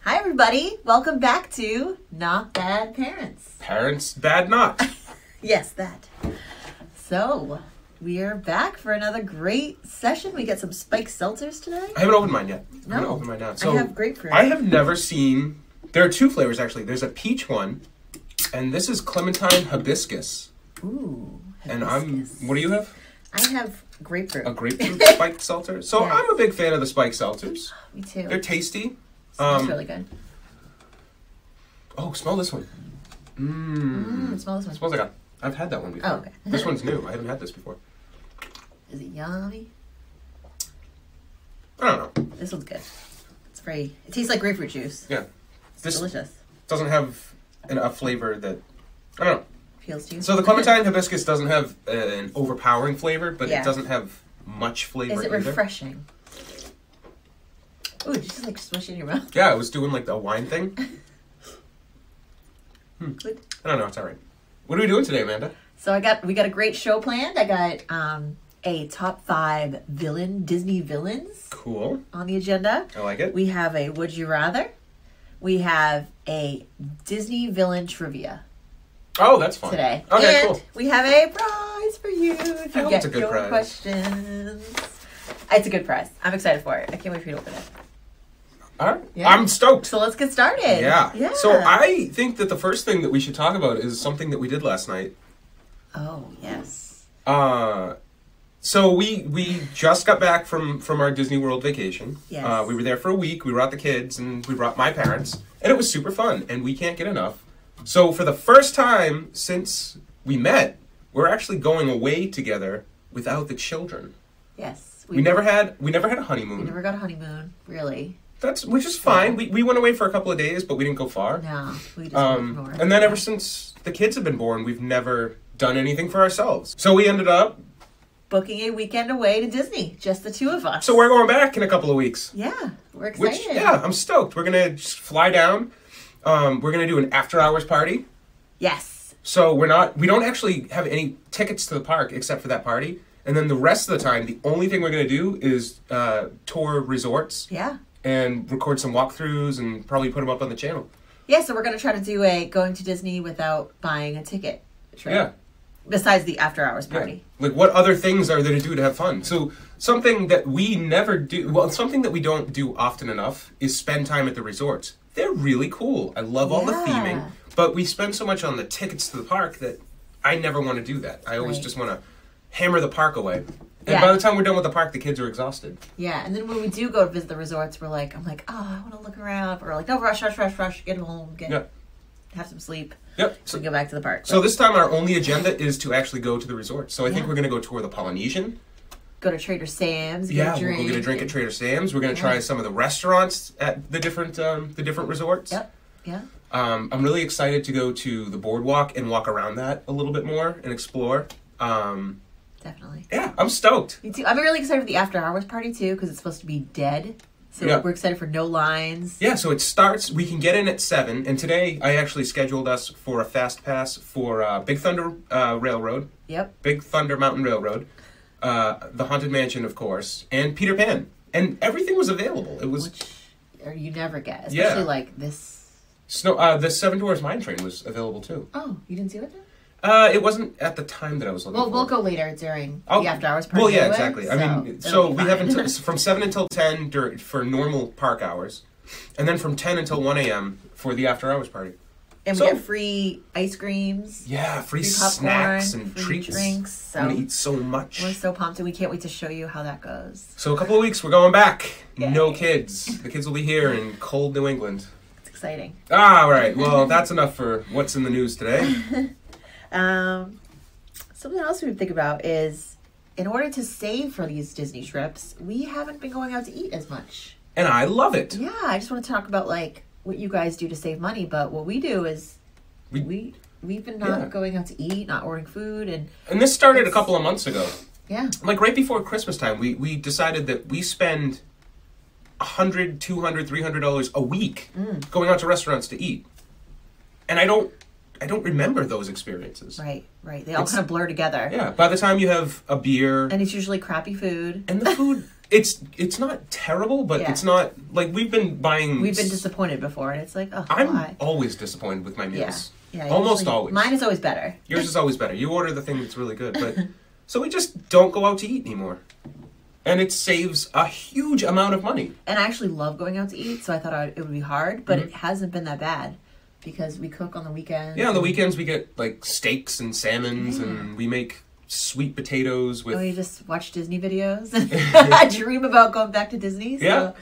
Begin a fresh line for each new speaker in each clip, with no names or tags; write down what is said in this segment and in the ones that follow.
Hi, everybody. Welcome back to Not Bad Parents.
Parents, bad not.
Yes, that. So, we are back for another great session. We got some spiked seltzers tonight.
I haven't opened mine yet. I'm gonna
No.
open mine now.
I
So
have grapefruit.
I have never seen. There are two flavors actually. There's a peach one, and this is clementine hibiscus.
Ooh.
And I'm.
hibiscus.
What do you have?
I have grapefruit.
A grapefruit spiked seltzer. So
Yes.
I'm a big fan of the spiked seltzers.
Me too.
They're tasty.
Smells
um,
really good.
Oh, smell this one. Mmm.
Mm, smell this one.
Smells like a. I've had that one before.
Oh, okay.
this one's new. I haven't had this before.
Is it yummy?
I don't know.
This one's good. It's very. It tastes like grapefruit juice.
Yeah. This
Delicious.
doesn't have an, a flavor that. I don't know.
Feels to you.
So the clementine hibiscus doesn't have uh, an overpowering flavor, but
Yeah.
it doesn't have much flavor
Is it
either.
refreshing? Ooh, did you just like swish it in your mouth.
yeah, I was doing like the wine thing. Hmm.
Good.
I don't know. It's all right. What are we doing today, Amanda?
So I got we got a great show planned. I got um, a top five villain Disney villains
Cool.
on the agenda.
I like it.
We have a Would You Rather. We have a Disney villain trivia
oh, that's fun.
today.
Okay,
and
cool.
we have a prize for you if
I
you
hope
get
it's a good
your
prize.
questions. It's a good prize. I'm excited for it. I can't wait for you to open it.
All right.
Yeah.
I'm stoked.
So let's get started.
Yeah.
Yeah.
So I think that the first thing that we should talk about is something that we did last night.
Oh yes.
Uh, so we we just got back from from our Disney World vacation.
Yes.
Uh, we were there for a week. We brought the kids and we brought my parents, and it was super fun. And we can't get enough. So for the first time since we met, we're actually going away together without the children.
Yes.
We never had we never had a honeymoon.
we never got a honeymoon, really.
That's which is fine. We we went away for a couple of days, but we didn't go far.
No, we just went
Um,
north.
and then ever since the kids have been born, we've never done anything for ourselves. So we ended up.
booking a weekend away to Disney, just the two of us.
So we're going back in a couple of weeks.
yeah, we're
Which
excited.
yeah, I'm stoked. We're gonna just fly down. Um, we're gonna do an after hours party.
Yes.
So we're not we don't actually have any tickets to the park except for that party. And then the rest of the time, the only thing we're gonna do is uh, tour resorts
Yeah.
and record some walkthroughs and probably put them up on the channel.
Yeah. So we're gonna try to do a going to Disney without buying a ticket. Trip,
Yeah.
Besides the after hours
Yeah.
party.
Like what other things are there to do to have fun? So something that we never do well, something that we don't do often enough is spend time at the resorts. They're really cool. I love all the
Yeah.
theming, but we spend so much on the tickets to the park that I never want to do that. I always
Right.
just want to hammer the park away. And
Yeah.
by the time we're done with the park, the kids are exhausted.
Yeah. And then when we do go to visit the resorts, we're like, I'm like, oh, I want to look around. We're like, no, rush, rush, rush, rush. Get home. Get
Yeah.
have some sleep.
Yep.
So
So,
we go back to the park.
so
But
this time our only agenda is to actually go to the resort. So I think
Yeah.
we're going to go tour the Polynesian.
go to Trader Sam's. Get
Yeah,
a
we'll
drink.
go get a drink at Trader Mm-hmm. Sam's. We're going to
Yeah.
try some of the restaurants at the different um, the different resorts.
Yep. Yeah.
Um, I'm really excited to go to the boardwalk and walk around that a little bit more and explore. Um,
Definitely.
yeah, I'm stoked.
Me too. I'm really excited for the after hours party too because it's supposed to be dead. So
Yeah.
we're excited for no lines.
Yeah, so it starts. We can get in at seven, and today I actually scheduled us for a fast pass for uh, Big Thunder uh, Railroad,
Yep.
Big Thunder Mountain Railroad, uh, the Haunted Mansion, of course, and Peter Pan, and everything was available. It was
which or you never get,
Yeah.
especially like this.
snow. Uh, the Seven Dwarfs Mine Train was available too.
Oh, you didn't see it then?
Uh, it wasn't at the time that I was looking.
Well,
for
we'll
it.
go later during
Oh,
the after hours party.
Well, yeah,
anyway,
exactly. I mean,
it'll
so
be
we
fine.
have until, from seven until ten dur- for normal park hours, and then from ten until one a.m. for the after hours party.
and
so-
we get free ice creams,
Yeah, free,
free popcorn,
snacks and
free
treats.
drinks. So
I'm gonna eat so much.
we're so pumped, and we can't wait to show you how that goes.
so a couple of weeks, we're going back. No
Yay.
kids. The kids will be here in cold New England.
It's exciting.
Ah, all right. Well, that's enough for what's in the news today.
Um, something else we would think about is, in order to save for these Disney trips, we haven't been going out to eat as much.
And I love it.
Yeah, I just want to talk about like what you guys do to save money, but what we do is
We-
we we've been not
Yeah.
going out to eat, not ordering food, and
And this started a couple of months ago.
yeah,
like right before christmas time we, we decided that we spend 100 200 300 dollars a week
Mm.
going out to restaurants to eat and i don't i don't remember those experiences
right, right. They all
It's-
kind of blur together,
yeah by the time you have a beer and,
and it's usually crappy food.
the food it's it's not terrible, but
Yeah.
it's not like we've been buying.
We've been
s-
disappointed before, and it's like, oh,
I'm
why?
always disappointed with my
Yeah,
meals.
yeah.
Almost
usually-
always.
Mine is always better.
Yours is always better. You order the thing that's really good, but so we just don't go out to eat anymore, and it saves a huge amount of money.
And I actually love going out to eat, so I thought I would, it would be hard, but it hasn't been that bad because we cook on the weekends.
Mm-hmm. Yeah, on the weekends we get like steaks and salmons, and we make sweet potatoes with.
And we Oh, just watch Disney videos. I dream about going back to Disney. So
Yeah.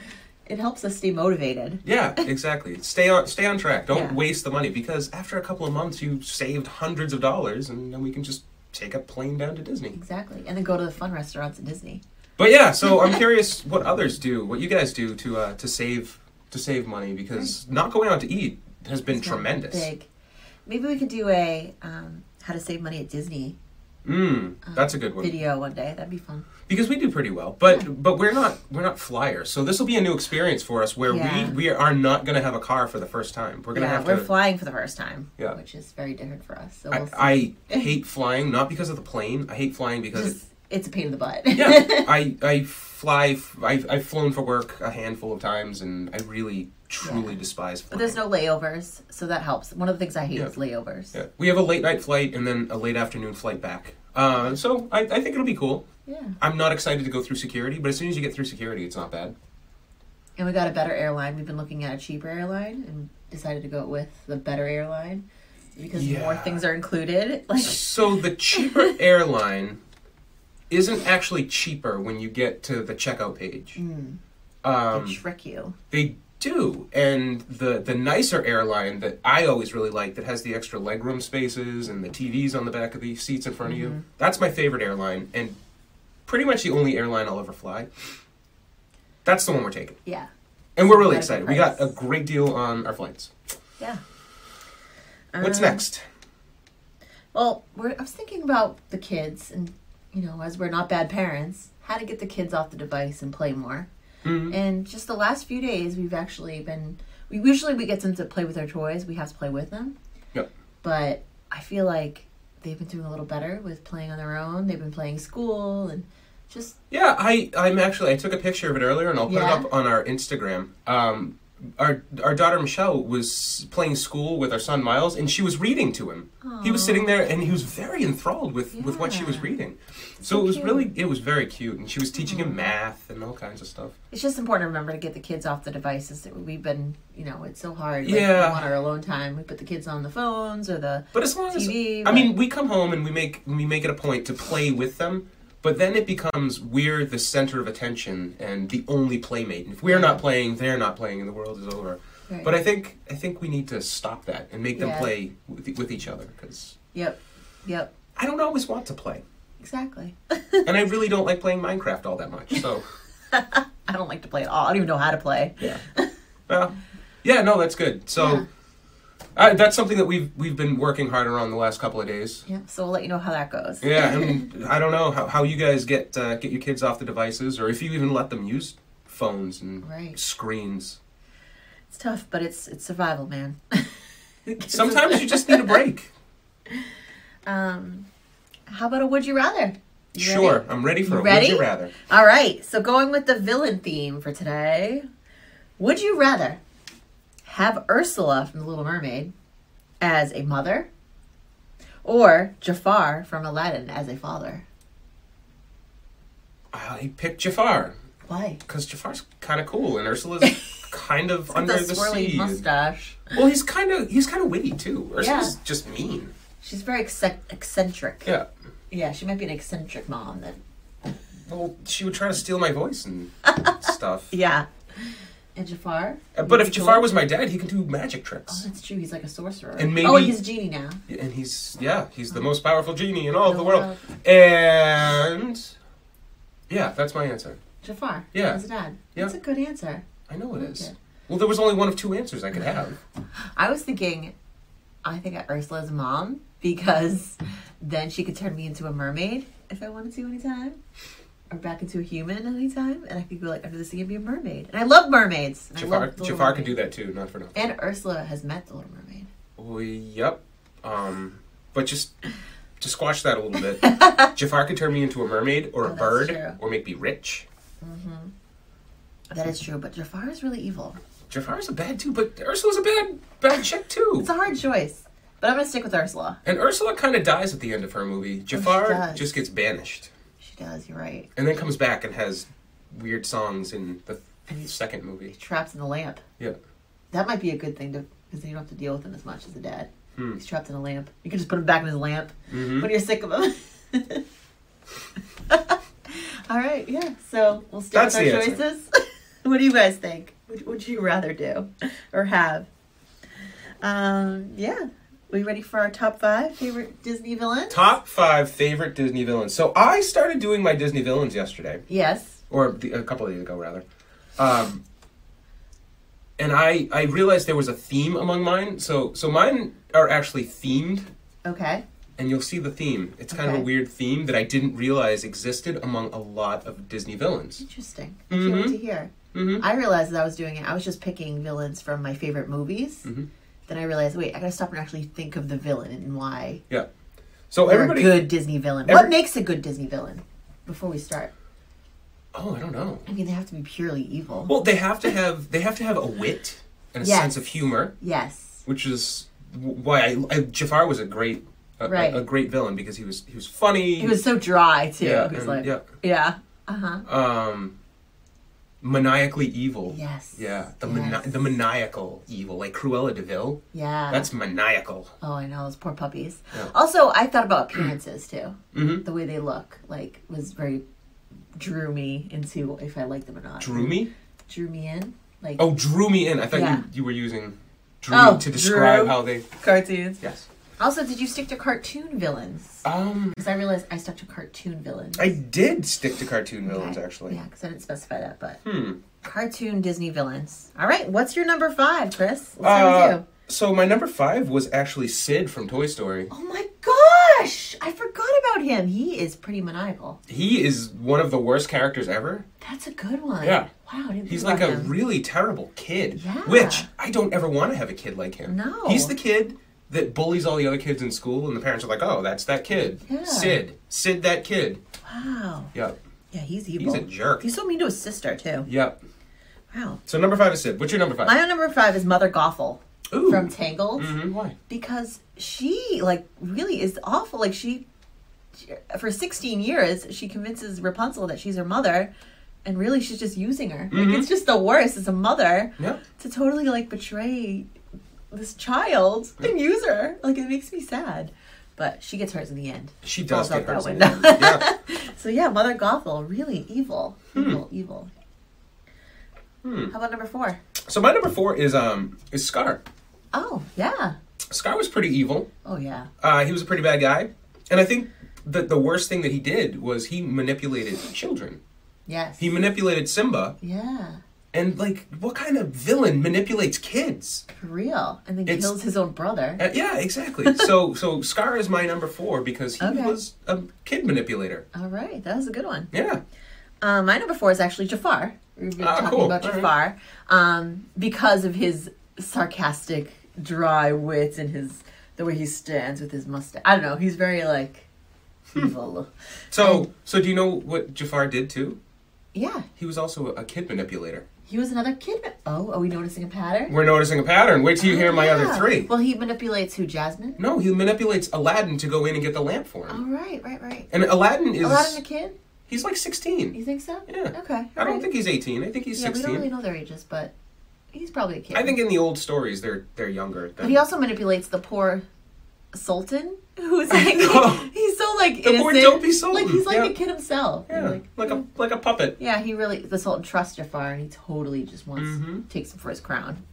It helps us stay motivated.
Yeah, exactly. Stay on stay on track. Don't
Yeah.
waste the money because after a couple of months you saved hundreds of dollars and then we can just take a plane down to Disney.
Exactly. And then go to the fun restaurants at Disney.
But yeah, so I'm curious what others do, what you guys do to uh, to save to save money because not going out to eat has been
It's not
tremendous.
Big. Maybe we could do a um, how to save money at Disney um,
Mm, that's a good one.
video one day. That'd be fun.
Because we do pretty well, but but we're not we're not flyers. So this will be a new experience for us where
Yeah.
we we are not going to have a car for the first time. We're going to
yeah,
have
we're
to
flying for the first time,
Yeah.
which is very different for us. So we'll see.
I, I hate flying not because of the plane. I hate flying because it
Just- it's a pain in the butt.
yeah, I I fly. f- I've, I've flown for work a handful of times, and I really truly despise
But
flying.
there's no layovers, so that helps. One of the things I hate
Yeah.
is layovers.
Yeah. We have a late night flight and then a late afternoon flight back. Uh, so I, I think it'll be cool.
Yeah.
I'm not excited to go through security, but as soon as you get through security, it's not bad.
And we got a better airline. We've been looking at a cheaper airline and decided to go with the better airline because more
Yeah.
things are included. Like
So the cheaper airline isn't actually cheaper when you get to the checkout page. Um,
they trick you.
They do, and the the nicer airline that I always really like that has the extra legroom spaces and the TVs on the back of the seats in front of you. That's my favorite airline, and pretty much the only airline I'll ever fly. That's the one we're taking,
Yeah.
and we're really
At a good
excited. We got a
price.
great deal on our flights.
Yeah.
What's
Um,
next?
Well, we're, I was thinking about the kids and, you know, as we're not bad parents, how to get the kids off the device and play more.
Mhm.
And just the last few days, we've actually been. We usually we get them to play with their toys. We have to play with them.
Yep.
But I feel like they've been doing a little better with playing on their own. They've been playing school and just
Yeah, I I'm actually I took a picture of it earlier, and I'll put
Yeah?
it up on our Instagram. Um, our our daughter Michelle was playing school with our son Miles, and she was reading to him. He was sitting there, and he was very enthralled with with what she was
Yeah.
reading. So,
So
it was
cute.
really it was very cute, and she was teaching him math and all kinds of stuff.
it's just important to remember to get the kids off the devices. That we've been, you know, it's so hard. Like,
Yeah.
We want our alone time. We put the kids on the phones or the.
But as long as
TV,
I
but-
mean, we come home and we make we make it a point to play with them. But then it becomes we're the center of attention and the only playmate. And if we're not playing, they're not playing, and the world is over.
Right.
But I think I think we need to stop that and make them
Yeah.
play with, with each other because
Yep. Yep.
I don't always want to play,
Exactly.
and I really don't like playing Minecraft all that much. So
I don't like to play at all. I don't even know how to play.
yeah, well, yeah, no, that's good. So
Yeah.
I, that's something that we've we've been working harder on the last couple of days.
Yeah. So we'll let you know how that goes.
Yeah, and I don't know how, how you guys get uh, get your kids off the devices, or if you even let them use phones and
Right.
screens.
It's tough, but it's it's survival, man.
Sometimes you just need a break.
Um, how about a would you rather? You
Sure,
ready?
I'm ready for
You
a
ready?
would you rather.
All right. So going with the villain theme for today, would you rather have Ursula from The Little Mermaid as a mother, or Jafar from Aladdin as a father?
I picked Jafar
Why?
because Jafar's kind of cool, and Ursula's kind of under
the
the,
swirly
sea.
mustache.
Well, he's kind of he's kind of witty too. Ursula's just mean.
She's very exce- eccentric.
Yeah.
Yeah, she might be an eccentric mom then.
Well, she would try to steal my voice and stuff.
Yeah. And Jafar?
Uh, But if
He's
Jafar
cool.
was my dad, he can do magic
Oh,
tricks,
that's true. He's like a sorcerer.
And
Oh,
maybe-
he's a genie now.
and he's yeah, he's the most powerful genie in all of
The
the world. And yeah, that's my answer.
Jafar.
Yeah.
As a dad.
Yeah.
That's a good answer.
I know it is.
Okay.
Well, there was only one of two answers I could have.
I was thinking, I think Ursula's mom because then she could turn me into a mermaid if I wanted to anytime, or back into a human anytime, and I could go like under the sea and be a mermaid. And I love mermaids. And I
Jafar,
love the Little
Jafar could do
Mermaid.
that too, not for nothing.
And Ursula has met the Little Mermaid.
Well, yep. Um, but just to squash that a little bit, Jafar could turn me into a mermaid or
Oh,
a
that's
bird
true.
or make me rich.
That is true, but Jafar is really evil.
Jafar's a bad dude, but Ursula's a bad bad chick too.
It's a hard choice, but I'm gonna stick with Ursula.
And Ursula kind of dies at the end of her movie. Jafar
Oh, does.
just gets banished
She does. You're right.
and then comes back and has weird songs in the second movie.
Trapped in the lamp.
Yeah.
That might be a good thing to because then you don't have to deal with him as much as the dad.
Hmm.
He's trapped in a lamp. You can just put him back in his lamp
Mm-hmm.
when you're sick of him. All right, yeah. So we'll stick
That's
with
the
our
answer.
choices. what do you guys think? What would you rather do or have? Um, yeah. We ready for our top five favorite Disney villains?
Top five favorite Disney villains. So I started doing my Disney villains yesterday,
Yes.
or the, a couple of days ago rather. Um, and I I realized there was a theme among mine. So so mine are actually themed
Okay.
and you'll see the theme. It's kind of
Okay.
a weird theme that I didn't realize existed among a lot of Disney villains.
Interesting. I can't wait
Mhm.
to hear.
Mhm.
I realized that I was doing it. I was just picking villains from my favorite movies.
Mm-hmm.
Then I realized, wait, I gotta stop and actually think of the villain and why
Yeah. So
they're
everybody.
a good Disney villain. what
every-
makes a good Disney villain? Before we start,
Oh, I don't know.
I mean, they have to be purely evil.
Well, they have to have they have to have a wit and a
Yes.
sense of humor,
yes.
which is w- why I, I, Jafar was a great a- a,
Right.
a great villain because he was he was funny.
He was so dry too.
yeah,
He was like,
and- yeah.
yeah. Uh huh.
Um, maniacally evil.
Yes.
Yeah, the
Yes. Uh-huh.
mani- the maniacal evil, like Cruella Deville.
Yeah.
That's maniacal.
Oh, I know those poor puppies.
Yeah.
Also, I thought about appearances too.
Mhm.
The way they look, like, was very drew me into if I like them or not.
Drew me.
drew me in, like
Oh, drew me in. I thought
Yeah.
you, you were using drew
Oh,
to describe
drew.
how they.
cartoons.
Yes.
Also, did you stick to cartoon villains?
Um,
Because I realized I stuck to cartoon villains.
I did stick to cartoon
Okay.
villains actually.
Yeah, because I didn't specify that, but
Hmm.
cartoon Disney villains. All right, what's your number five, Chris? Let's start
Uh,
with you.
so my number five was actually Sid from Toy Story.
Oh my gosh, I forgot about him. He is pretty maniacal.
He is one of the worst characters ever.
That's a good one.
Yeah.
Wow. I didn't
He's
think
like a
about him.
really terrible kid,
Yeah.
which I don't ever want to have a kid like him.
No.
He's the kid that bullies all the other kids in school, and the parents are like, "Oh, that's that kid,
Yeah.
Sid, Sid, that kid."
wow.
Yep,
Yeah, he's evil.
he's a jerk.
He's so mean to his sister too.
Yep.
Wow.
So number five is Sid. What's your number five?
My number five is Mother Gothel
Ooh.
from Tangled.
Mhm, Why?
because she like really is awful like she, she- for 16 years she convinces rapunzel that she's her mother and really she's just using her
Mm-hmm.
like, it's just the worst as a mother
Yeah.
to totally like betray this child and use her like it makes me sad but she gets hers in the end
She does
Falls out
get hers.
that
in
window.
the end. Yeah. Hmm.
so yeah mother gothel really evil evil evil how about number four?
So my number four is um is Scar.
Oh yeah
Scar was pretty evil.
oh yeah
Uh, he was a pretty bad guy, and I think that the worst thing that he did was he manipulated children.
yes
He manipulated Simba,
yeah
and like, what kind of villain manipulates kids?
for real and then
It's-
kills his own brother
Uh, yeah, exactly. so, so Scar is my number four because he
Okay.
was a kid manipulator.
All right, that was a good one.
Yeah,
Um, my number four is actually Jafar. We've been
Ah,
talking
cool.
about
All right.
Jafar um, because of his sarcastic, dry wit and his the way he stands with his mustache. I don't know. He's very like
Hmm.
evil.
so, so do you know what Jafar did too?
Yeah,
He was also a kid manipulator.
he was another kid. Oh, are we noticing a pattern?
We're noticing a pattern. Wait till you hear my other
Oh, Yeah.
three.
Well, he manipulates who? Jasmine.
No, he manipulates Aladdin to go in and get the lamp for him.
All right, right, right.
And Aladdin is
Um, Aladdin the kid?
he's like sixteen.
You think so?
Yeah.
Okay.
I
all
don't
right.
think he's eighteen. I think he's
Yeah, we
sixteen.
don't really know their ages, but he's probably a kid.
I think in the old stories they're they're younger. Than,
But he also manipulates the poor sultan, who's like
know.
he's so like
Oh. The
innocent.
poor dopey sultan,
Like he's like
yeah.
a kid himself.
yeah,
Like,
like, a like a puppet.
yeah, he really the sultan trusts Jafar, and he totally just wants
Mhm.
takes him for his crown.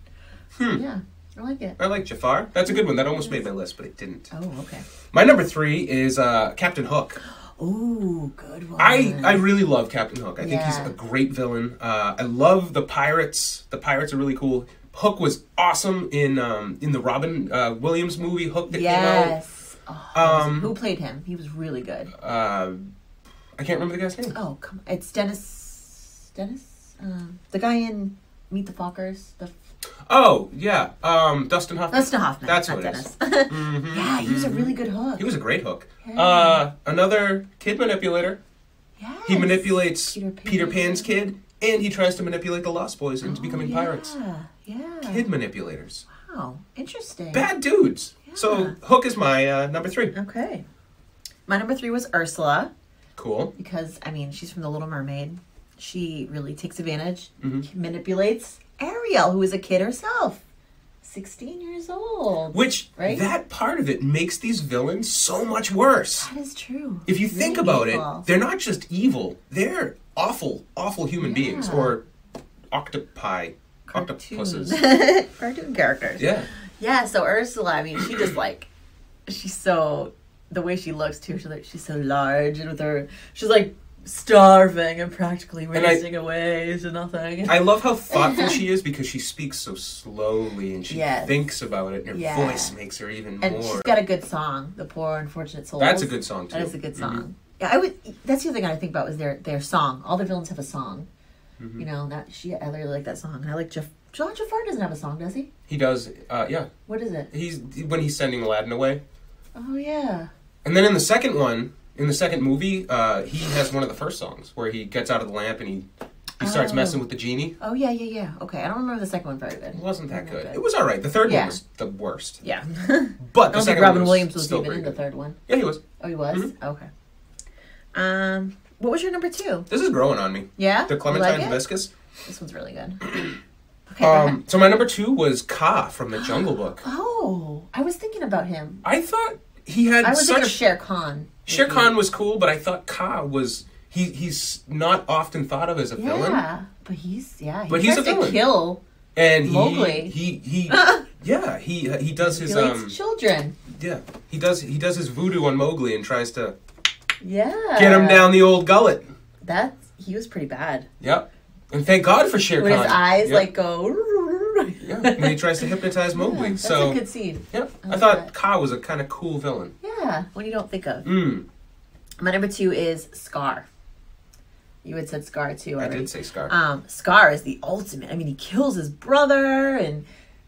Hmm.
Yeah, I like it.
I like Jafar. That's a good one. That almost made my list, but it didn't.
Oh, okay.
My number three is uh, Captain Hook.
Oh, good one.
I, I really love Captain Hook. I think
Yeah.
he's a great villain. Uh, I love the pirates. The pirates are really cool. Hook was awesome in um, in the Robin uh, Williams movie Hook that
yes. Oh, that was-
Um,
who played him? He was really good.
came out. Uh, I can't remember the guy's name.
Oh, come on. It's Dennis. Dennis, um, the guy in Meet the Fockers. The
Oh yeah, um, Dustin Hoffman.
Dustin Hoffman.
That's
not
what it
Dennis.
is. Mm-hmm,
yeah, he was a really good hook.
He was a great Hook.
Yeah.
Uh, another kid manipulator.
Yes.
He manipulates
Peter
Peter,
Pan. Oh,
Pan's kid, and he tries to manipulate the Lost Boys into becoming
yeah,
pirates.
Yeah.
Kid manipulators.
Wow. Interesting.
Bad dudes. So
Yeah.
Hook is my uh, number three.
Okay. My number three was Ursula.
Cool.
because I mean she's from The Little Mermaid. She really takes advantage,
Mm-hmm.
manipulates Ariel, who is a kid herself, sixteen years old.
Which
Right?
that part of it makes these villains so much worse.
that is true.
If you think
Really
about
evil.
it, they're not just evil; they're awful, awful human beings
Yeah.
or octopi, octopuses.
Cartoon- cartoon characters.
Yeah.
Yeah, so Ursula, I mean, she just like, she's so, the way she looks too, she's like, she's so large and with her, she's like starving and practically
I-
racing away to nothing.
I love how thoughtful she is because she speaks so slowly and she
Yes.
thinks about it, and her
Yeah.
voice makes her even
and
more.
she's got a good song, "The Poor Unfortunate Souls."
That's a good song too.
That is a good
Mhm.
song. Yeah, I would. That's the other thing I think about was their their song. All the villains have a song.
Mm-hmm.
You know that she. I really like that song, and I like Jeff. John Jafar doesn't have a song, does he?
He does, uh, yeah.
What is it?
He's when he's sending Aladdin away,
Oh yeah.
and then in the second one, in the second movie, uh, he has one of the first songs where he gets out of the lamp and he he starts
Oh.
messing with the genie.
Oh yeah, yeah, yeah. Okay, I don't remember the second one very good.
It wasn't that
Not
good.
good.
It was all right. The third
Yeah.
one was the worst.
Yeah.
But
I
the
don't think
second
Robin
one
Williams was
still
even
pretty
in the
good. Mm-hmm.
third one.
Yeah, he was.
Oh, he was. Okay. Um, what was your number two?
This is growing on me.
Yeah.
The
You
Clementine
like it?
Hibiscus.
This one's really good. Okay. go ahead.
Um, so my number two was Ka from the Jungle Book.
Oh, I was thinking about him.
I thought he had
I was
such
thinking of Shere Khan.
Shere Khan was cool, but I thought Ka was he he's not often thought of as a villain,
Yeah, but he's yeah. He
But he's
tries
a
to
villain.
kill
and he
Mowgli.
he he yeah he he does his
relates
um
children.
yeah he does he does his voodoo on Mowgli and tries to
Yeah,
get him down the old gullet.
That he was pretty bad.
Yep, and thank God for Shere
When
Khan.
his eyes
Yep.
like go.
yeah, and he tries to hypnotize Mowgli.
That's
so
a good scene.
yep,
I
I,
like
thought
that.
Ka was a kind of cool villain.
Yeah, one you don't think of.
Mm,
My number two is Scar. You had said Scar too
I
already.
did say Scar.
Um, Scar is the ultimate. I mean, he kills his brother and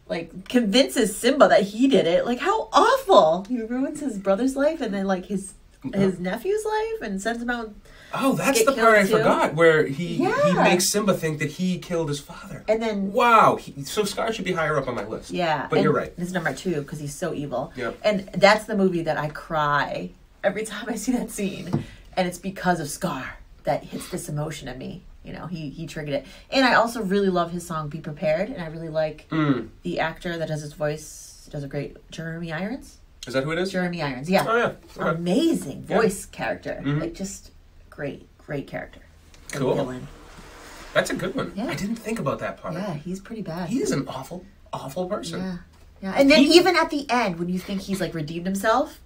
like convinces Simba that he did it. Like how awful! He ruins his brother's life and then like his
Mm-hmm.
his nephew's life and sends him out.
Oh, that's
get
the part I
killed, too.
forgot where he he
Yeah.
makes Simba think that he killed his father.
And then
wow, he, so Scar should be higher up on my list.
yeah,
but
and
you're right.
This is number two because he's so evil.
Yep.
And that's the movie that I cry every time I see that scene, and it's because of Scar that hits this emotion in me. You know, he he triggered it, and I also really love his song "Be Prepared," and I really like
Mm.
the actor that does his voice. Does a great Jeremy Irons.
Is that who it is?
Jeremy Irons, yeah.
Oh yeah,
Um,
Okay.
amazing
Yeah. Mm-hmm.
voice character. Like just great, great character. The
Cool.
villain.
that's a good one.
Yeah.
I didn't think about that part.
Yeah, he's pretty bad.
He is an awful, awful person.
yeah. Yeah. And then
He-
even at the end when you think he's like redeemed himself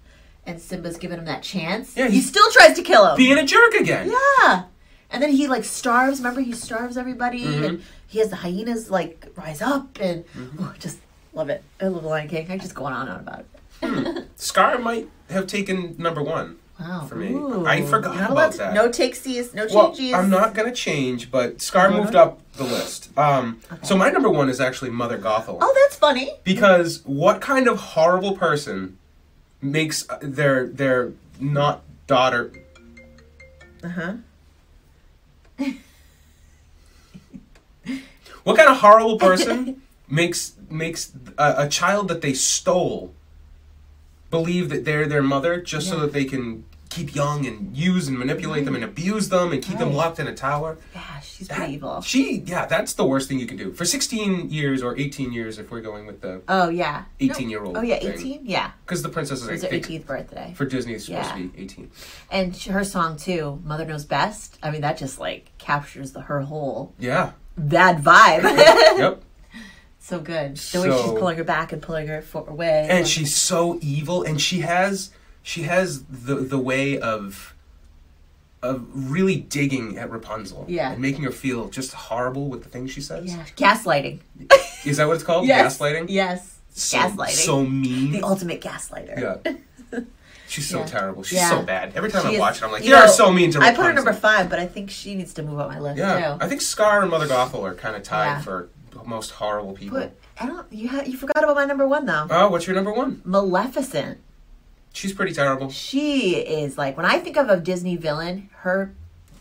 and Simba's given him that chance,
Yeah,
he
he's-
still tries to kill him.
Being a jerk again.
yeah. And then he like starves, remember he starves everybody
Mm-hmm.
and he has the hyenas like rise up and oh, just love it. I love the Lion King. I just go on and on about it.
Scar might have taken number one.
Wow.
For me.
Oh. Ooh.
I forgot
You're not
about
allowed to-
that.
No takesies, no
Well,
changes.
I'm not gonna change, but Scar
Uh-huh.
moved up the list. Um, so my number one is actually Mother Gothel.
Oh, that's funny.
Because what kind of horrible person makes their their not daughter?
Uh huh.
What kind of horrible person makes makes a, a child that they stole believe that they're their mother just so
Yeah. Mm.
that they can keep young and use and manipulate them and abuse them and keep them
Right.
locked in a tower?
Yeah, she's
That-
pretty evil.
She, yeah, that's the worst thing you can do for 16 years or 18 years if we're going with the
Oh yeah.
18-year-old
Oh yeah,
thing.
eighteen. Yeah,
because the princess is
it was
I
her
think,
eighteenth birthday.
for Disney is supposed
Yeah.
to be 18.
And she, her song too, "Mother Knows Best." I mean, that just like captures the her whole
Yeah.
bad vibe.
yep.
so good. The way she's
So-
pulling her back and pulling her foot away.
and she's so evil and she has she has the the way of of really digging at Rapunzel
Yeah.
and making her feel just horrible with the things she says.
yeah, gaslighting.
Is that what it's called?
Yes.
Oh, Gaslighting?
Yes,
So,
gaslighting.
So mean.
the ultimate gaslighter.
yeah. She's so
Yeah.
terrible. She's
Yeah.
so bad. Every time
She
I
is-
watch it, I'm like,
you
you are
know,
so mean to
I
Rapunzel.
put her number five, but I think she needs to move up my list
Yeah.
too.
I think Scar and Mother Gothel are kind of tied
Yeah.
for most horrible people.
But I don't. You ha- you forgot about my number one though.
Oh, what's your number one?
Maleficent.
She's pretty terrible.
She is like when I think of a Disney villain, her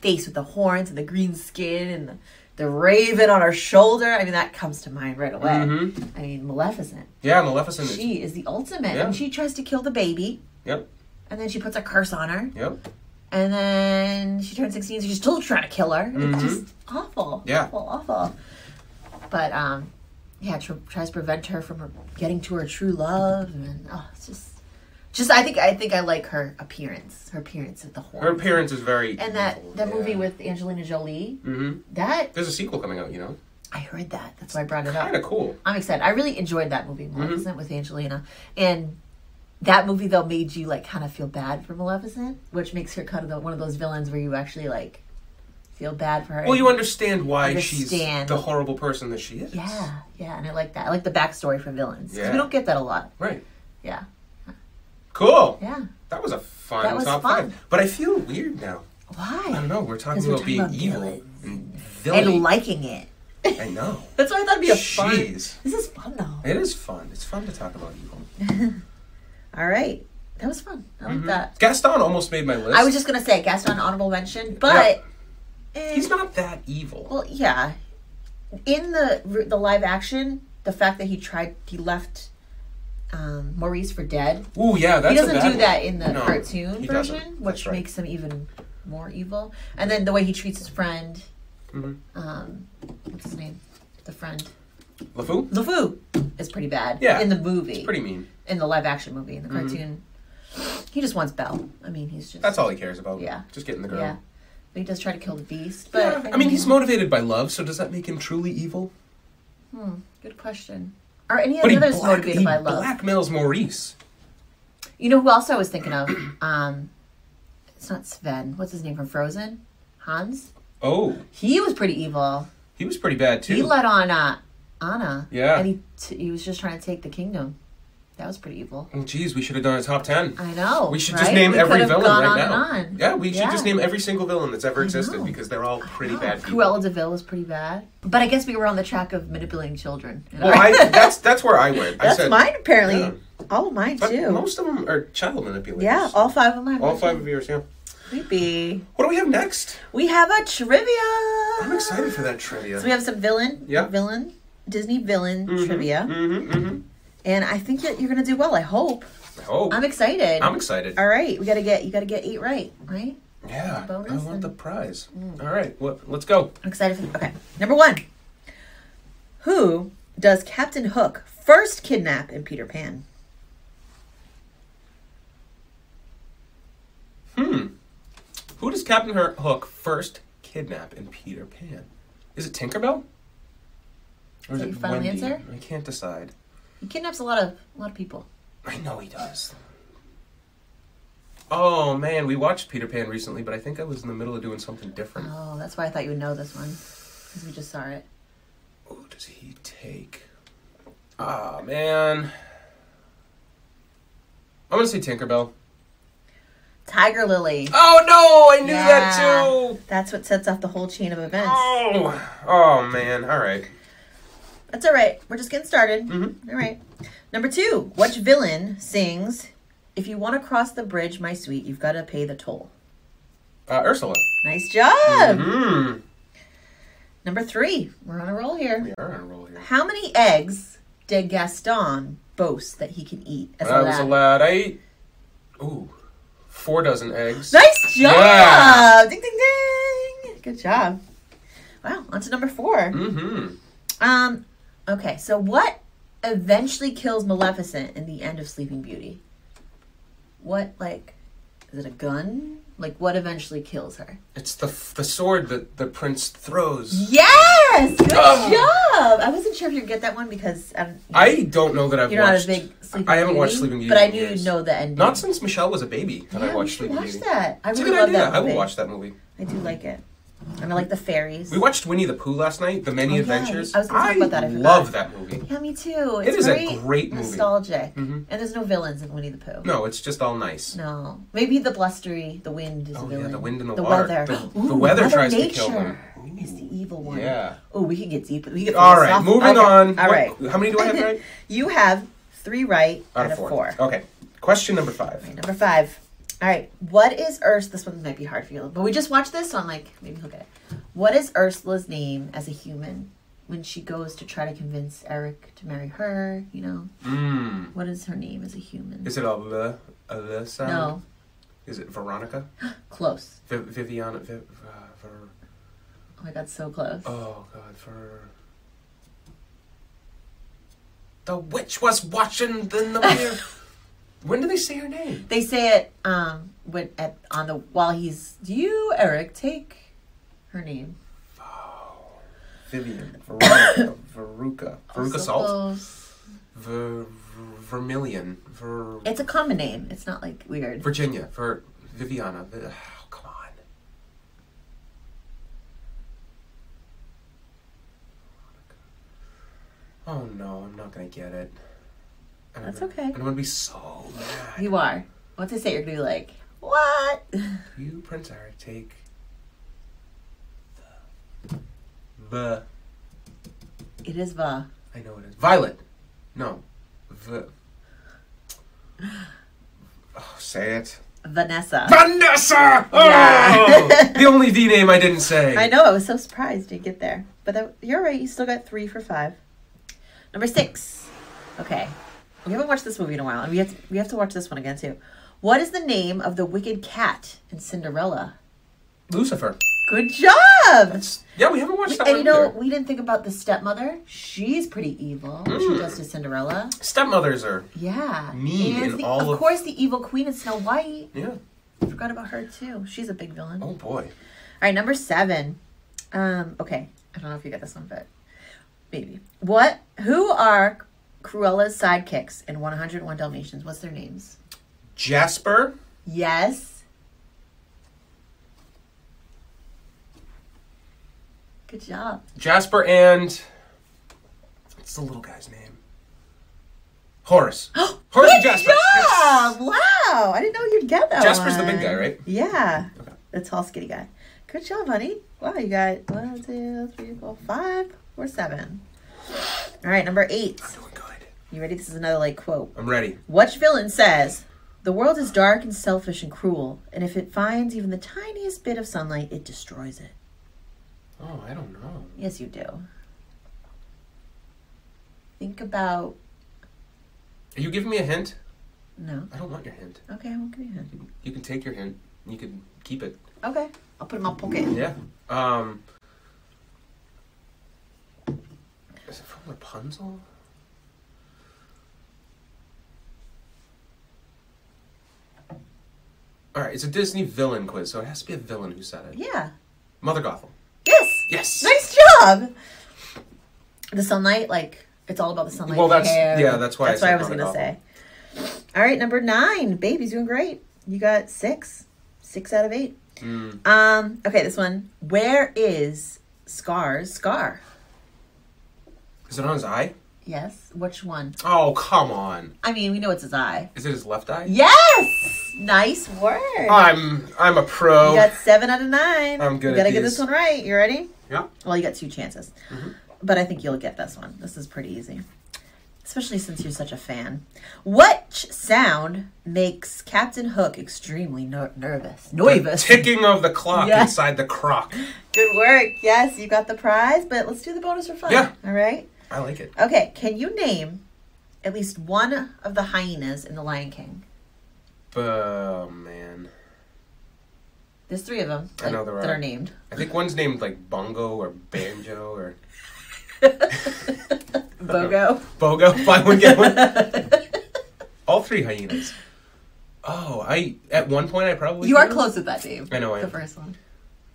face with the horns and the green skin and the, the raven on her shoulder. I mean, that comes to mind right away.
Mhm.
I mean, Maleficent.
Yeah, Maleficent is.
She is the ultimate.
Yeah.
And she tries to kill the baby.
Yep,
And then she puts a curse on her.
yep.
And then she turns 16, so she's still trying to kill her.
Mhm.
It's just awful.
Yeah.
Awful, awful. But, um, yeah, tr- tries to prevent her from her- getting to her true love. And, oh, it's just. Just, I think, I think I like her appearance. Her appearance at the horn.
Her appearance is very.
And that, that
yeah.
movie with Angelina Jolie,
hmm
that,
There's a sequel coming out, you know?
I heard that. That's why I brought it up.
Kind of cool.
I'm excited. I really enjoyed that movie, Maleficent, with Angelina. And that movie, though, made you, like, kind of feel bad for Maleficent, which makes her kind of the, one of those villains where you actually, like, feel bad for her.
Well, you understand why she's
Understand.
the horrible person that she is.
Yeah, yeah. And I like that. I like the backstory for villains. 'cause
Yeah.
we don't get that a lot.
Right.
Yeah,
Cool.
yeah.
That was a fun
That was
top
fun.
five. But I feel weird now. I don't
Why?
know. We're talking
'Cause we're
about
talking
being
about
evil
villains.
and
And
villainy.
liking it.
I know.
That's why I thought it'd be a fun.
Jeez.
This is fun, though.
It is fun. It's fun to talk about evil.
All right. That was fun. I like that.
Gaston almost made my list.
I was just going to say Gaston, honorable mention, but. eh.
He's not that evil.
Well, yeah. In the the live action, the fact that he tried he left um, Maurice for dead.
Ooh, yeah, that's
He
a
doesn't
bad
do
one.
that in the
No,
cartoon
he doesn't.
version,
That's
which
right.
makes him even more evil. And then the way he treats his friend,
Mhm.
um, what's his name? The friend
LeFou?
LeFou is pretty bad.
Yeah.
in the movie,
Pretty mean.
in the live action movie, in the cartoon, he just wants Belle. I mean, he's just
That's all he cares about.
Yeah.
Just getting the girl.
yeah. But he does try to kill the beast,
Yeah,
but
I mean, he's motivated by love, so does that make him truly evil?
Good question. Are any of
But
the
he,
others
black-
motivated
he
by love?
blackmails Maurice.
You know who else I was thinking of? Um, it's not Sven. What's his name from Frozen? Hans.
Oh,
He was pretty evil.
he was pretty bad too.
He let on uh, Anna.
Yeah.
And he t- he was just trying to take the kingdom. That was pretty evil.
oh, geez, we should have done a top ten.
I know.
We should
right?
just name
We
every
could've
villain
gone
right
on
now.
And on.
Yeah, we should
Yeah.
just name every single villain that's ever existed
know.
because they're all pretty
Oh,
bad people.
Cruella De Vil was pretty bad, but I guess we were on the track of manipulating children. and
Well, I, that's that's where I went. I
That's
said,
mine apparently.
Yeah.
All of mine
But
too.
most of them are child manipulators.
Yeah, all five of mine.
all five of yours. Yeah.
Creepy.
What do we have next?
We have a trivia.
I'm excited for that trivia.
So we have some villain,
Yeah.
villain, Disney villain trivia,
Mm-hmm, mm-hmm.
and I think that you're gonna do well. I hope.
Oh,
I'm excited.
I'm excited.
All right, we gotta get you gotta get eight right, right?
Yeah, I
bonus
want
and- Mm.
the prize. All right, well, let's go.
I'm excited for okay. Number one, who does Captain Hook first kidnap in Peter Pan?
Hmm. Who does Captain Her- Hook first kidnap in Peter Pan? Is it Tinkerbell? Or
that your final answer?
I can't decide.
He kidnaps a lot of a lot of people.
I know he does. Oh man, we watched Peter Pan recently, but I think I was in the middle of doing something different.
Oh, that's why I thought you would know this one because we just saw it.
Who does he take? Ah man. I'm gonna say Tinkerbell.
Tiger Lily.
Oh no, I knew that
Yeah.
too!
That's what sets off the whole chain of events.
Oh, oh man! All right.
That's all right. We're just getting started.
Mhm.
All right. Number two, which villain sings, If you want to cross the bridge, my sweet, you've got to pay the toll?
Uh, Ursula.
Nice job.
Mmm.
Number three, we're on a roll here.
We are on a roll here.
How many eggs did Gaston boast that he can eat as
When I
a
was a
lad?
lad, I ate ooh four dozen eggs.
Nice job.
Yeah.
Ding, ding, ding. Good job. Wow. On to number four.
Mm-hmm.
Um, okay. So what eventually kills Maleficent in the end of Sleeping Beauty? What like is it a gun? Like what eventually kills her?
It's the the sword that the prince
Mm-hmm.
throws.
Yes, good
Oh.
job. I wasn't sure if you'd get that one because I don't,
I don't know that I've
you're not
watched.
a big Sleeping
I haven't
Beauty,
watched Sleeping Beauty
but I
in
knew
years.
you'd know the ending.
Not since Michelle was a baby that
yeah,
I
we
watched
should
Sleeping
watch
Beauty.
that. I
It's a
really
good
love
idea.
that.
I will
movie.
watch that movie.
I do like it, and I like the fairies.
We watched Winnie the Pooh last night. The Many
Oh, yeah.
Adventures.
I was gonna talk about that, I forgot.
love that movie.
yeah, me too.
It
It's
is a
very
great movie.
nostalgic,
Mhm.
and there's no villains in Winnie the Pooh.
No, it's just all nice.
No, maybe the blustery, the wind is a
Oh
villain.
yeah, the wind and the,
the
water.
weather.
The,
Ooh,
the weather
Mother
tries to
nature
kill them.
Is the evil one.
Yeah.
Oh, we could get deep. We could.
All right,
philosoph-
moving
Okay,
on.
All
What-
right.
how many do I have right?
you have three right
Oh. Out of four. Okay. Question number five.
Number five. All right. What is Ursula? This one might be hard for you, but we just watched this, so I'm like, maybe he'll get it. What is Ursula's name as a human when she goes to try to convince Eric to marry her? You know,
Mm.
what is her name as a human?
Is um, it a l a l sound?
no,
Is it Veronica?
close.
Vi- Viviana? Viv- uh, Ver-
Oh my god, so close.
oh God, Ver. The witch was watching the the. mirror. when do they say her name?
They say it um when at on the while he's do you Eric take her name
Oh, Vivian, Veronica, Veruca, Veruca
Also
Salt,
close.
Ver, Vermilion, Ver,
It's a common name. It's not like weird.
Virginia, Ver, Viviana. Vi- Oh, come on. Oh no, I'm not gonna get it. And I'm
That's
gonna-
okay.
and I'm gonna be so mad.
You are. Once I say it, you're gonna be like, what?
You, Prince Eric, take the. The.
It is Va.
I know it is. Violet. No. V. Oh, say it.
Vanessa.
Vanessa! Oh!
Yeah.
the only V name I didn't say.
I know. I was so surprised you get there. But that, you're right. You still got three for five. Number six. Okay. We haven't watched this movie in a while, and we have to, we have to watch this one again too. What is the name of the wicked cat in Cinderella?
Lucifer.
Good job.
That's, yeah, we haven't watched that
And
one
you know,
either.
we didn't think about the stepmother. She's pretty evil. What She does to Cinderella.
Stepmothers are.
Yeah.
Mm. Mean
And
in
the,
all
of
of-
course, the evil queen in Snow White.
Yeah.
Forgot about her too. She's a big villain.
Oh, boy.
All right, number seven. Um, okay, I don't know if you get this one, but maybe. What? Who are Cruella's sidekicks in 101 Dalmatians? What's their names?
Jasper.
Yes. Good job.
Jasper and. What's the little guy's name? Horace. Horace and
Good
Jasper.
job! Wow, I didn't know you'd get that.
Jasper's the big
one.
guy, right?
Yeah, the tall, skinny guy. Good job, honey. Wow, you got one, two, three, four, five, or seven. All right, number eight.
Yes. Doing good.
You ready? This is another like quote.
I'm ready.
Which villain says, "The world is dark and selfish and cruel, and if it finds even the tiniest bit of sunlight, it destroys it."
Oh, I don't know.
Yes, you do. Think about
Are you giving me a hint?
no.
I don't want your hint.
Okay, I won't give you a hint.
You can take your hint. You can keep it.
Okay, I'll put it in my pocket.
Yeah. Um. Is it from Rapunzel? All right, it's a Disney villain quiz, so it has to be a villain who said it.
Yeah.
Mother Gothel.
Yes.
Yes.
Nice job. The sunlight, like it's all about the sunlight.
Well,
in your
that's-
hair.
yeah, that's why I
That's what
said
I was gonna
Monica.
say. All right, number nine, baby's doing great. You got six, six out of eight.
Mm.
Um, okay, this one. Where is Scar's scar?
Is it on his eye?
Yes. Which one?
Oh, come on.
I mean, we know it's his eye.
Is it his left eye?
Yes. Nice work.
I'm I'm a pro.
You got seven out of nine.
I'm good
You gotta
at
get
these.
this one right. You ready?
Yeah. Mm-hmm.
Well, you got two chances, but I think you'll get this one. This is pretty easy, especially since you're such a fan. What ch- sound makes Captain Hook extremely ner- nervous?
The
Nervous.
ticking of the clock
Yeah.
inside the crock.
Good work. Yes, you got the prize, but let's do the bonus for fun.
Yeah.
All right.
I like it.
Okay. Can you name at least one of the hyenas in The Lion King?
Oh man.
There's three of them
I know there
that
are.
are named.
I think one's named like Bongo or Banjo or
Bogo.
Bogo. Buy one get one. All three hyenas. Oh, I at one point I probably
you are
did.
close with that, Dave.
I know I
The
am.
first one.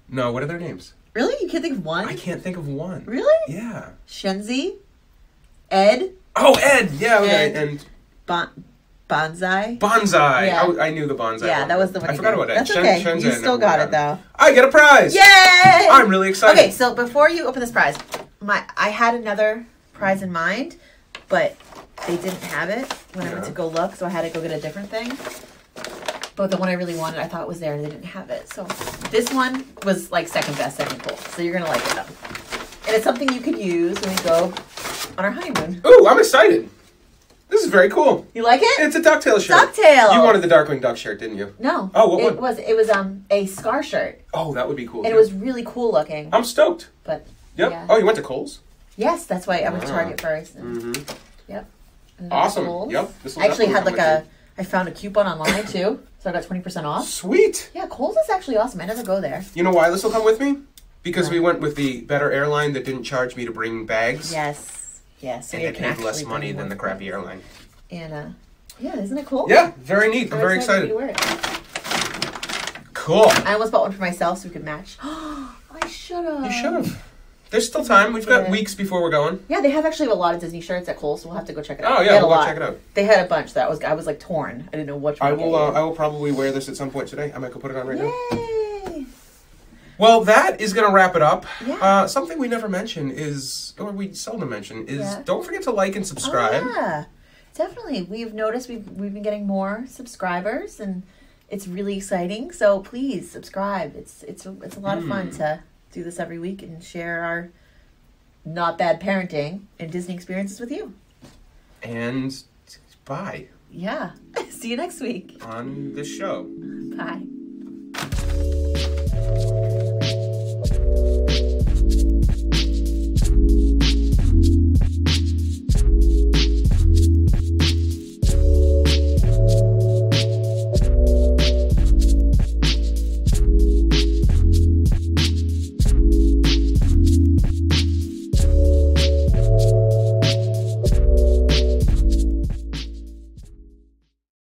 No, what are their names?
Really? You can't think of one?
I can't think of one.
Really?
Yeah.
Shenzi, Ed,
Oh, Ed. Yeah. Okay.
Ed.
And
bon- Bonsai.
bonsai.
Yeah.
I, I knew the bonsai.
yeah,
one.
that was the one.
I
you
forgot
did.
about Ed.
That's
Shen-
okay.
Shenzhen,
you
I
still
never
got
got
it though.
I get a prize.
Yay!
I'm really excited.
Okay, so before you open this prize, my I had another prize in mind, but they didn't have it when I went
Yeah.
to go look, so I had to go get a different thing. But the one I really wanted, I thought was there, and they didn't have it. So this one was like second best, second cool. So you're gonna like it though, and it's something you could use when we go on our honeymoon.
Ooh, I'm excited. This is very cool.
You like it?
It's a ducktail shirt.
Ducktail.
You wanted the Darkwing Duck shirt, didn't you?
no.
Oh, what
it
one?
was it was um a scar shirt,
Oh, that would be cool.
and it
too.
was really cool looking.
I'm stoked.
But
Yep.
Yeah.
Oh, you went to Kohl's?
yes, that's why I went to
Ah.
Target first. and-
Mm-hmm.
Yep. And then
Awesome.
Kohl's.
Yep. This will
I actually had
definitely
like
come
a I found a coupon online too, so I got twenty percent off.
Sweet.
Yeah, Kohl's is actually awesome. I never go there.
You know why this will come with me? Because
Why?
we went with the better airline that didn't charge me to bring bags.
Yes. Yes. So
And
you
they
can
paid less
actually
money
bring
than
one.
the crappy airline.
And uh, yeah, isn't it cool?
Yeah, very neat. I'm very
for
excited.
you to wear it.
Cool.
I almost bought one for myself so we could match. I should have.
You should have. There's still time. We've got
Um, Yeah.
weeks before we're going.
Yeah, they have actually have a lot of Disney shirts at Kohl's, so we'll have to go check it out.
Oh
They
yeah,
had
we'll
a
go
lot.
check it out.
They had a bunch that was I was like torn. I didn't know which one.
I
to
will.
get
Uh,
you.
I will probably wear this at some point today. I might go put it on right now.
Yay!
Well, that is going to wrap it up.
Yeah.
Uh, something we never mention is, or we seldom mention, is
Yeah.
don't forget to like and subscribe.
Oh, yeah, definitely. We've noticed we've we've been getting more subscribers, and it's really exciting. So please subscribe. It's it's a- it's a lot of fun to do this every week and share our not bad parenting and Disney experiences with you.
And bye
Yeah. See you next week.
on the show.
Bye.